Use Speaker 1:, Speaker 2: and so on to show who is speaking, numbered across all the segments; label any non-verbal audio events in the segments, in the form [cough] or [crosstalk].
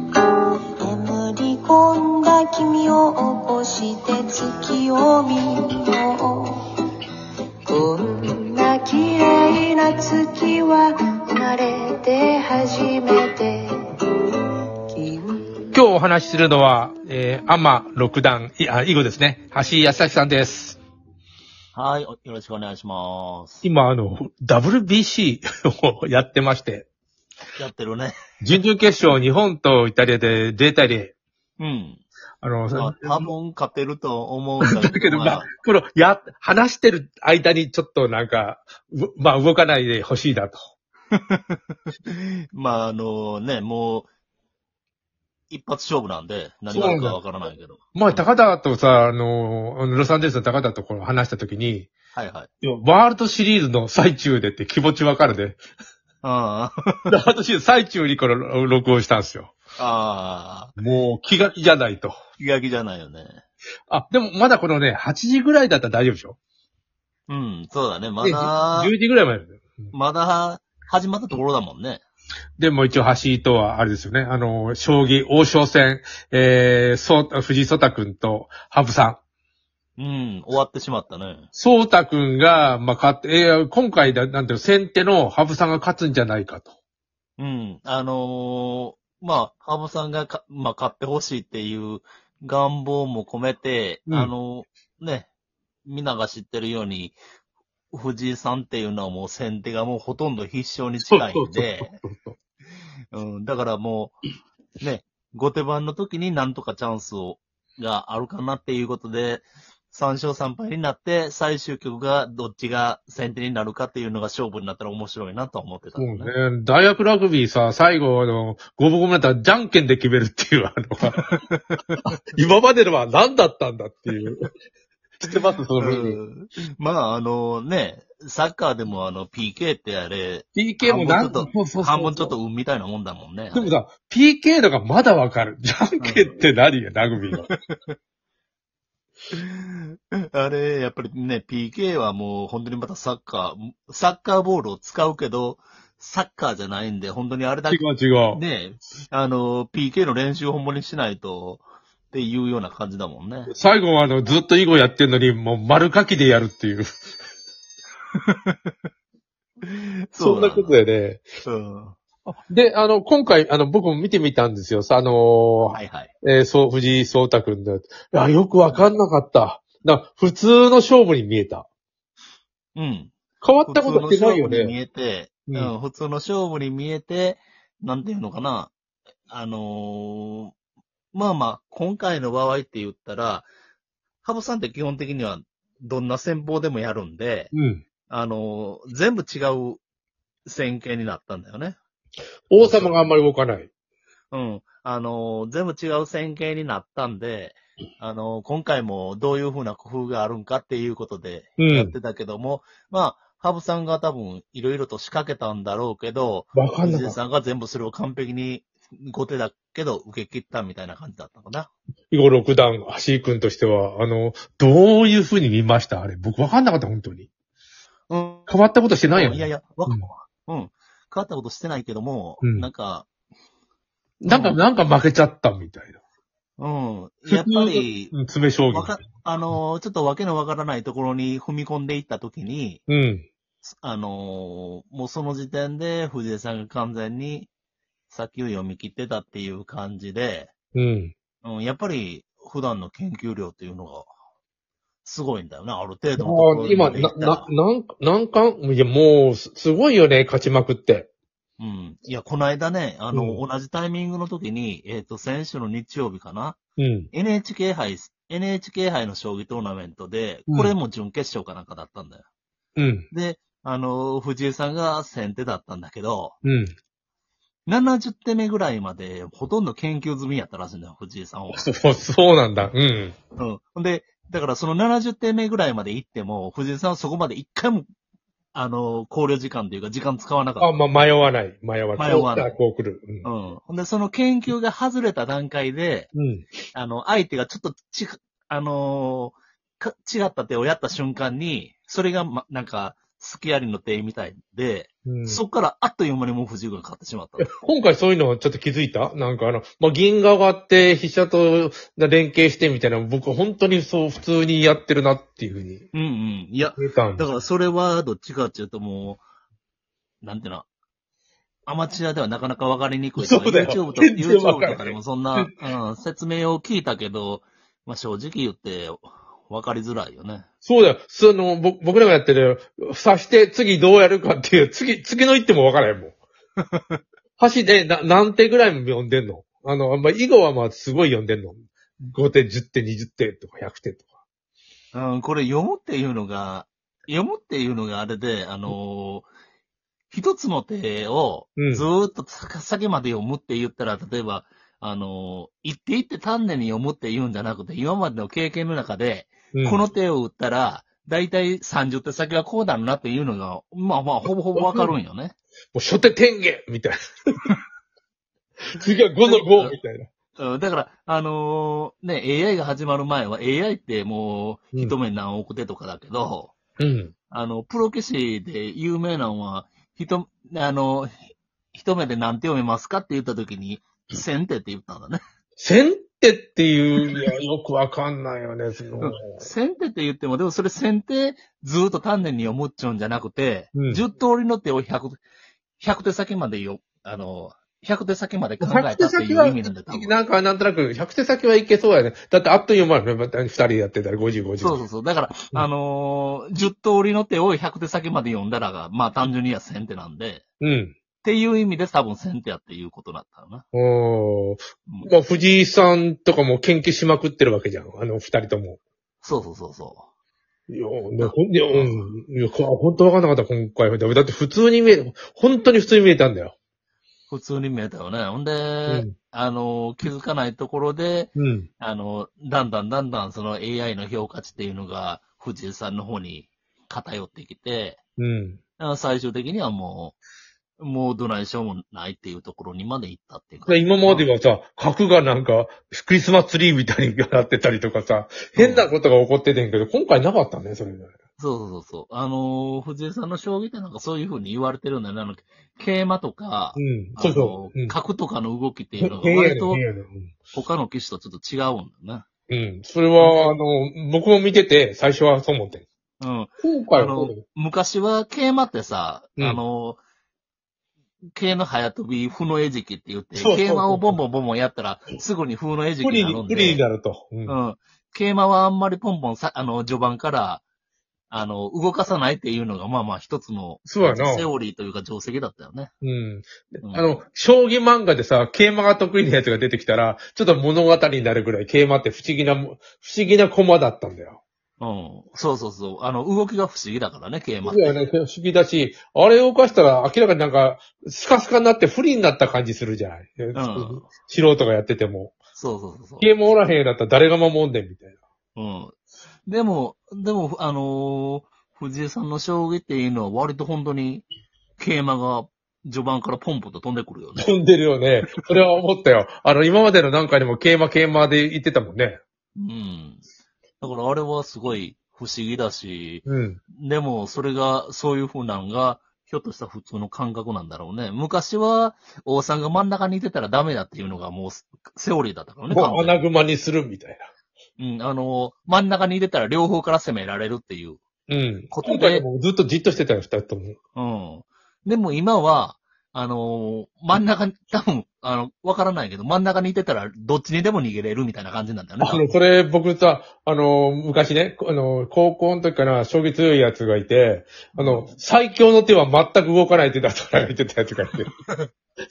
Speaker 1: 眠り込んだ君を起こして月を見ようこんな綺麗な月は生まれて初めて君
Speaker 2: 今日お話しするのは、えー、アマ六段、いあ、囲碁ですね。橋井康明さんです。
Speaker 3: はい、およろしくお願いします。
Speaker 2: 今、あの、WBC を [laughs] やってまして、
Speaker 3: やってるね。
Speaker 2: 準々決勝日本とイタリアで0対0。
Speaker 3: うん。
Speaker 2: あの、
Speaker 3: まあ、多分勝てると思うん [laughs] だ
Speaker 2: だけ
Speaker 3: けど、
Speaker 2: ど、
Speaker 3: ま
Speaker 2: まあ
Speaker 3: あ、、
Speaker 2: この、や、話してる間にちょっとなんか、うまあ、動かないでほしいなと。
Speaker 3: まあ、あのね、もう、一発勝負なんで、何があるかわからないけど。
Speaker 2: まあ、高田とさ、あの、ロサンゼルスの高田とこう話したときに、
Speaker 3: はいはい。
Speaker 2: いやワールドシリーズの最中でって気持ちわかるね。 [laughs]
Speaker 3: ああ、
Speaker 2: ワールドシリーズ最中にこの録音したんですよ。
Speaker 3: ああ、
Speaker 2: もう気が気じゃないと。
Speaker 3: 気が気じゃないよね。
Speaker 2: あ、でもまだこのね、8時ぐらいだったら大丈夫でしょ
Speaker 3: うん、そうだね。ま
Speaker 2: で
Speaker 3: だ、
Speaker 2: ?10 時ぐらいまで。
Speaker 3: まだ、始まったところだもんね。
Speaker 2: でも一応橋井とはあれですよね。あの、将棋、王将戦、えー、そう、藤井聡太くんと、羽生さん。
Speaker 3: うん、終わってしまったね。
Speaker 2: 聡太くんが、まあ、勝って、えー今回だ、なんていうの先手の羽生さんが勝つんじゃないかと。
Speaker 3: うん、あのーまあ、羽生さんがか、まあ、勝ってほしいっていう願望も込めて、
Speaker 2: うん
Speaker 3: あのーね、みんなが知ってるように、藤井さんっていうのはもう先手がもうほとんど必勝に近いんで、
Speaker 2: そうそう
Speaker 3: うん、だからもう、ね、後手番の時になんとかチャンスを、があるかなっていうことで、3勝3敗になって、最終局がどっちが先手になるかっていうのが勝負になったら面白いなとは思ってた
Speaker 2: そう
Speaker 3: のね。
Speaker 2: もうね、大学ラグビーさ、最後、あの、ごぼごぼになったら、じゃんけんで決めるっていう、あの、 [laughs] 今までのは何だったんだっていう。 [laughs] 知ってますそのルール。
Speaker 3: うんまあ、あのね、サッカーでもあの、PK ってあれ、
Speaker 2: PK もなん
Speaker 3: 半分ちょっ
Speaker 2: そう
Speaker 3: と
Speaker 2: そうそう
Speaker 3: 半分ちょっと運みたいなもんだもんね。
Speaker 2: でもさ、PK のがまだわかる。じゃんけんって何や、ラグ
Speaker 3: [laughs]
Speaker 2: ビーの。
Speaker 3: あれ、やっぱりね、PK はもう本当にまたサッカー、サッカーボールを使うけど、サッカーじゃないんで、本当にあれだ
Speaker 2: 違
Speaker 3: け
Speaker 2: う違う。
Speaker 3: ね、あの、PK の練習をほんまにしないと、っていうような感じだもんね。 [laughs]
Speaker 2: 最後は、あの、ずっと囲碁やってんのに、もう丸書きでやるっていう。そんなこと
Speaker 3: や。
Speaker 2: でね。
Speaker 3: うん。
Speaker 2: で、あの、今回、あの、僕も見てみたんですよ。さ、あのー
Speaker 3: はいはい。
Speaker 2: えーそう、藤井聡太くんだ。いや、よくわかんなかった。な、普通の勝負に見えた。
Speaker 3: うん。
Speaker 2: 変わ
Speaker 3: 普
Speaker 2: った
Speaker 3: 通
Speaker 2: こと
Speaker 3: の
Speaker 2: ってな
Speaker 3: 勝
Speaker 2: いよ
Speaker 3: 負に見
Speaker 2: ね。
Speaker 3: えて、
Speaker 2: う
Speaker 3: うんん、普通の勝負に見えて、なんていうのかな。あのーまあまあ、今回の場合って言ったら、ハブさんって基本的にはどんな戦法でもやるんで、
Speaker 2: うん。
Speaker 3: あのー全部違う戦型になったんだよね。
Speaker 2: 王様があんまり動かない。
Speaker 3: うん。あのー全部違う戦型になったんで、あのー今回もどういうふうな工夫があるんかっていうことで、
Speaker 2: う
Speaker 3: やっ
Speaker 2: ん。
Speaker 3: てたけども、まあ、ハブさんが多分いろいろと仕掛けたんだろうけど、
Speaker 2: わかんなかっ
Speaker 3: 藤井
Speaker 2: た。
Speaker 3: さんが全部それを完璧に後手だけど受け切ったみたいな感じだったかな。
Speaker 2: 囲碁六段、橋井くんとしては、あの、どういうふうに見ましたあれ。僕わかんなかった、本当に。
Speaker 3: うん。
Speaker 2: 変わったことしてないよね。
Speaker 3: いやいや、わか、
Speaker 2: う
Speaker 3: うんん、変わったことしてないけども、
Speaker 2: うん
Speaker 3: なんか、
Speaker 2: なんか、
Speaker 3: うん
Speaker 2: なんか負けちゃったみたいな。
Speaker 3: うん。
Speaker 2: 普通の
Speaker 3: やっぱり、
Speaker 2: うん、詰め将
Speaker 3: わ
Speaker 2: 棋
Speaker 3: か。、あのーちょっとわけのわからないところに踏み込んでいったときに、
Speaker 2: うん。
Speaker 3: あのーもうその時点で藤井さんが完全に先を読み切ってたっていう感じで、
Speaker 2: うん。
Speaker 3: うん、やっぱり普段の研究量っていうのが、すごいんだよな、ある程度のとこ
Speaker 2: あ
Speaker 3: ろ
Speaker 2: あ、今、
Speaker 3: まで
Speaker 2: な、
Speaker 3: 行った
Speaker 2: な、
Speaker 3: ら
Speaker 2: なん、なんか、いや、もう、すすごいよね、勝ちまくって。
Speaker 3: うん。いや、この間ね、あの、
Speaker 2: う
Speaker 3: 同じタイミングの時に、えっ、と、先週の日曜日かな、
Speaker 2: うん。
Speaker 3: NHK 杯、NHK 杯の将棋トーナメントで、
Speaker 2: うん
Speaker 3: これも準決勝かなんかだったんだよ。
Speaker 2: うん。
Speaker 3: で、あの、藤井さんが先手だったんだけど、
Speaker 2: うん。
Speaker 3: 70手目ぐらいまで、ほとんど研究済みやったらしいんだよ、藤井さんは。
Speaker 2: そう、そうなんだ。うん。
Speaker 3: うん。で、だからその70点目ぐらいまで行っても、藤井さんはそこまで一回も、あの、考慮時間というか時間使わなか
Speaker 2: あ、
Speaker 3: っ
Speaker 2: まあ、迷わない。迷わない。
Speaker 3: 迷わない
Speaker 2: こう来たらこう来る。うん
Speaker 3: た。うん。ほんで、その研究が外れた段階で、
Speaker 2: うん。
Speaker 3: あの、相手がちょっとち、あのーか違った手をやった瞬間に、それが、ま、なんか、スキアリの店員みたいで、
Speaker 2: うん
Speaker 3: そっからあっという間にもう不自由が買ってし
Speaker 2: [laughs]
Speaker 3: まったの。
Speaker 2: 今回そういうのはちょっと気づいたなんかあの、まあ、銀河があって、筆者と連携してみたいな、僕本当にそう普通にやってるなっていうふうに
Speaker 3: うんうん。いや、
Speaker 2: 見えたん
Speaker 3: だ
Speaker 2: だ。
Speaker 3: からそれはどっちかっていうともう、なんていうの、アマチュアではなかなかわかりにくいとか。
Speaker 2: そうだよ
Speaker 3: YouTube と
Speaker 2: 全然わか
Speaker 3: YouTube
Speaker 2: らない
Speaker 3: とかでもそんな、うん、説明を聞いたけど、まあ正直言って、わかりづらいよね。
Speaker 2: そうだよ。その、ぼ僕らがやってる、刺して次どうやるかっていう、次、次の一手もわからへんも [laughs] ん。箸で、な、何手ぐらいも読んでんのあの、まあ、囲碁はまあすごい読んでんの。5手、10手、20手とか100手とか。
Speaker 3: うん、これ読むっていうのが、読むっていうのがあれで、あのー一つの手を
Speaker 2: うん
Speaker 3: ずーっと先まで読むって言ったら、例えば、あのー一手一手丹念に読むって言うんじゃなくて、今までの経験の中で、
Speaker 2: うん
Speaker 3: この手を打ったら、だいたい30手先はこうだろうなっていうのが、まあまあ、ほぼほぼわかるんよね。
Speaker 2: もう初手天元みた [laughs] いな。次は5の5みたい [laughs] な。
Speaker 3: うんだから、あのーね、AI が始まる前は AI ってもう、一目何億手とかだけど、
Speaker 2: うん。
Speaker 3: あの、プロ棋士で有名なのは、人、あの、ひ一目で何て読めますかって言った時に、先手って言ったんだね。
Speaker 2: 先手っていう、いや、よくわかんないよね、その。
Speaker 3: 先手って言っても、でもそれ先手ずーっと丹念に読むっちゅうんじゃなくて、
Speaker 2: うん
Speaker 3: 10通りの手を100、100手先までよ、あの、100手先まで考え
Speaker 2: 100手
Speaker 3: たってい
Speaker 2: 先
Speaker 3: う
Speaker 2: は
Speaker 3: 意味なんだよ、多分。
Speaker 2: なんか、なんとなく、100手先はいけそうやね。だって、あっという間やね。また2人でやってたら50、50。
Speaker 3: そうそうそう。だから、
Speaker 2: うん
Speaker 3: あのー10通りの手を100手先まで読んだらが、まあ単純には先手なんで、っ
Speaker 2: うん。
Speaker 3: ていう意味で多分先手やっていうことだったよな。
Speaker 2: おー
Speaker 3: うん
Speaker 2: まあ、藤井さんとかも研究しまくってるわけじゃん。あの、二人とも。
Speaker 3: そうそうそうそう。
Speaker 2: いや、ね、ほん、いや、うん。いや、こ本当わかんなかった、今回は。だって、普通に見え、本当に普通に見えたんだよ。
Speaker 3: 普通に見えたよね。ほんで、
Speaker 2: うん。
Speaker 3: あの、気づかないところで、
Speaker 2: うん。
Speaker 3: あの、だんだんだんだんその AI の評価値っていうのが、藤井さんの方に偏ってきて、
Speaker 2: うん。
Speaker 3: あ最終的にはもう、もうどないしようもないっていうところにまで行ったっていうか。
Speaker 2: で今まではさ、核がなんか、クリスマスツリーみたいになってたりとかさ、変なことが起こっててんけど、今回なかったね、それが。
Speaker 3: そうそうそうそう。あの、藤井さんの将棋ってなんかそういうふうに言われてるんだよね。あの、桂馬とか
Speaker 2: う、ん。
Speaker 3: あ
Speaker 2: そ
Speaker 3: の
Speaker 2: うそう。うん
Speaker 3: 角とかの動きっていうのが
Speaker 2: 変やね
Speaker 3: 割
Speaker 2: ん、
Speaker 3: と
Speaker 2: 変やねんうん
Speaker 3: 他の棋士とちょっと違うんだよね。
Speaker 2: うん。それは、あの、僕も見てて、最初はそう思ってん。
Speaker 3: うん。
Speaker 2: 今回
Speaker 3: あ
Speaker 2: は
Speaker 3: の
Speaker 2: そう、
Speaker 3: 昔は桂馬ってさ、
Speaker 2: うん
Speaker 3: あの、桂の早飛び、負の餌食って言って、
Speaker 2: そうそうそう
Speaker 3: 桂馬をボンボンボンボンやったら、すぐに負の餌食
Speaker 2: 不利
Speaker 3: になる
Speaker 2: に、
Speaker 3: ん
Speaker 2: 不利に
Speaker 3: で、
Speaker 2: なると。うん。
Speaker 3: うん。桂馬はあんまりポンポンさ、あの、序盤から、あの、動かさないっていうのが、まあまあ一つの、
Speaker 2: そうやな
Speaker 3: セオリーというか定石だったよね。
Speaker 2: うん。
Speaker 3: うん
Speaker 2: あの、将棋漫画でさ、桂馬が得意なやつが出てきたら、ちょっと物語になるぐらい桂馬って不思議なも、不思議な駒だったんだよ。
Speaker 3: うん。そうそうそう。あの、動きが不思議だからね、桂馬
Speaker 2: そ
Speaker 3: っ
Speaker 2: うだよ
Speaker 3: て。
Speaker 2: ね、不思議だし、あれを動かしたら明らかになんか、スカスカになって不利になった感じするじゃない。
Speaker 3: うん。そう
Speaker 2: 素人がやってても。
Speaker 3: そうそうそう。
Speaker 2: 桂馬おらへんようになったら誰が守んねんみたいな。
Speaker 3: うん。でも、でも、あのー藤井さんの将棋っていうのは割と本当に、桂馬が序盤からポンポンと飛んでくるよね。
Speaker 2: 飛んでるよね。それは思ったよ。あの、今までの何回でも桂馬桂馬で言ってたもんね。
Speaker 3: うん。だからあれはすごい不思議だし、
Speaker 2: うん。
Speaker 3: でもそれが、そういう風なのが、ひょっとしたら普通の感覚なんだろうね。昔は、王さんが真ん中にいてたらダメだっていうのがもうセ、セオリーだったからね。
Speaker 2: もう
Speaker 3: 完全
Speaker 2: 穴熊にするみたい
Speaker 3: にうん、あのー真ん中にいてたら両方から攻められるっていう。
Speaker 2: な。うん。
Speaker 3: ことで
Speaker 2: 今回もずっとじっとしてたよ、二人とも。
Speaker 3: うん。でも今は、あのー真ん中に、多分、あの、わからないけど、真ん中にいてたら、どっちにでも逃げれるみたいな感じなんだよね。
Speaker 2: あの、それ僕さ、あの、昔ね、あの、高校の時から将棋強いやつがいて、あの、最強の手は全く動かないってだから言ってたやつがい
Speaker 3: [laughs]
Speaker 2: て。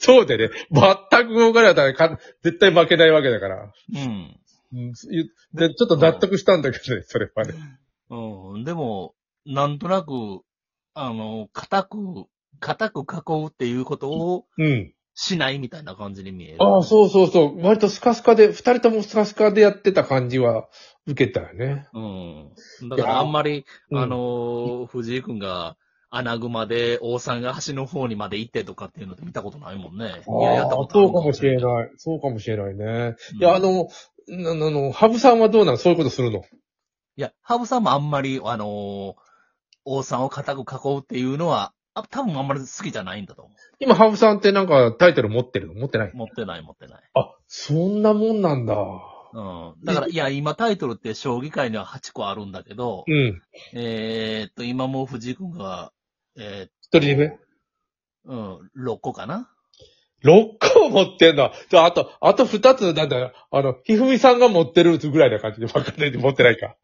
Speaker 2: そうでね、全く動かないだったらか絶対負けないわけだから。
Speaker 3: うん。
Speaker 2: うん、で、ちょっと納得したんだけどね、それはね。
Speaker 3: うん。でも、なんとなく、あの、固く、固く囲うっていうことを
Speaker 2: うん。
Speaker 3: しないみたいな感じに見える。
Speaker 2: ああ、そうそうそう。割とスカスカで、二人ともスカスカでやってた感じは受けたよね。
Speaker 3: うん。だからあんまり、
Speaker 2: いや
Speaker 3: あのー藤井くんが、穴熊で王さんが橋の方にまで行ってとかっていうのって見たことないもんね。いや、やった
Speaker 2: あ
Speaker 3: こ
Speaker 2: あ
Speaker 3: とあ
Speaker 2: そ
Speaker 3: る
Speaker 2: うかもしれ
Speaker 3: い。
Speaker 2: ない。そうかもしれないね。
Speaker 3: うん
Speaker 2: いや、あの、なあの、ハブさんはどうなのそういうことするの
Speaker 3: いや、ハブさんもあんまり、あのー王さんを固く囲うっていうのは、あ多分あんまり好きじゃないんだと思。
Speaker 2: 今、ハーフさんってなんかタイトル持ってるの持ってないう
Speaker 3: 持ってない持ってない。
Speaker 2: あ、そんなもんなんだ。
Speaker 3: うん。だから、いや、今タイトルって将棋界には8個あるんだけど、
Speaker 2: うん。
Speaker 3: えーっと、今もう藤井君が、え
Speaker 2: 一人目
Speaker 3: ーうん、6個
Speaker 2: [laughs]
Speaker 3: かな
Speaker 2: ?6 個持ってんだ。じゃあ、あと、あと2つ、なんだ、あの、ひふみさんが持ってるぐらいな感じで分かれて持ってないか。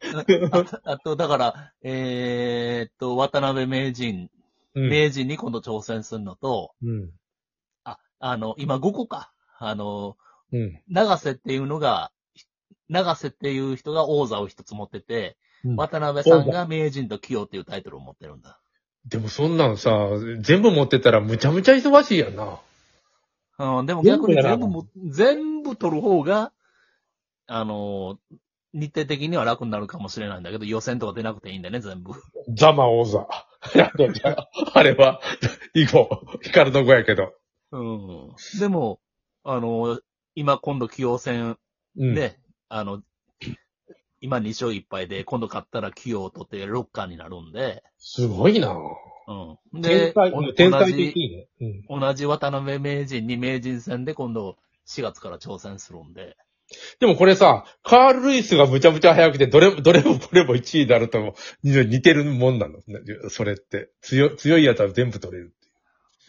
Speaker 3: あと、あとだから、えーっと、渡辺名人、
Speaker 2: うん。
Speaker 3: 名人に今度挑戦するのと、
Speaker 2: うん。
Speaker 3: あ、あの、今5個か。あの、
Speaker 2: うん。
Speaker 3: 長瀬っていうのが、長瀬っていう人が王座を一つ持ってて、
Speaker 2: うん
Speaker 3: 渡辺さんが名人と清っていうタイトルを持ってるんだ。
Speaker 2: でもそんなんさ、全部持ってたらむちゃむちゃ忙しいやんな。
Speaker 3: うん、でも
Speaker 2: 全
Speaker 3: 逆
Speaker 2: 部
Speaker 3: に
Speaker 2: やら
Speaker 3: 全部も、全部取る方が、あの、日程的には楽になるかもしれないんだけど、予選とか出なくていいんだよね、全部。
Speaker 2: ザマ王座。 [laughs] いやでもあれは、以後、光の子やけど。
Speaker 3: うん。でも、あの、今今度棋王戦
Speaker 2: うん。
Speaker 3: で、あの、今2勝1敗で、今度勝ったら棋王取って6冠になるんで、
Speaker 2: すごいな
Speaker 3: う
Speaker 2: 天
Speaker 3: ん。で、
Speaker 2: 才
Speaker 3: お、
Speaker 2: 天
Speaker 3: 同
Speaker 2: 才
Speaker 3: じ
Speaker 2: 的にね。うん。
Speaker 3: 同じ渡辺名人に名人戦で今度4月から挑戦するんで。
Speaker 2: でもこれさ、カール・ルイスがむちゃむちゃ速くて、どれも、どれもどれも1位になるとも似てるもんなの。それって。強い、強いやつは全部取れる。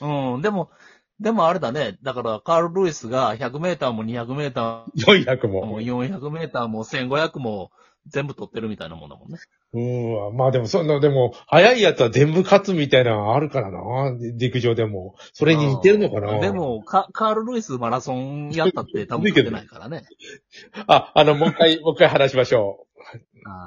Speaker 3: うん、でも、でもあれだね。だから、カール・ルイスが100メーターも200メータ
Speaker 2: 400
Speaker 3: ーも
Speaker 2: も。
Speaker 3: 400メーターも1500も全部取ってるみたいなもんだもんね。
Speaker 2: うーわ。まあでもそんな、でも、速いやつは全部勝つみたいなのあるからな。陸上でも。それに似てるのかな。
Speaker 3: で。も、カカール・ルイスマラソンやったって多分勝てないからね。
Speaker 2: あ、あの、もう一回、もう一回話しましょう。
Speaker 3: あー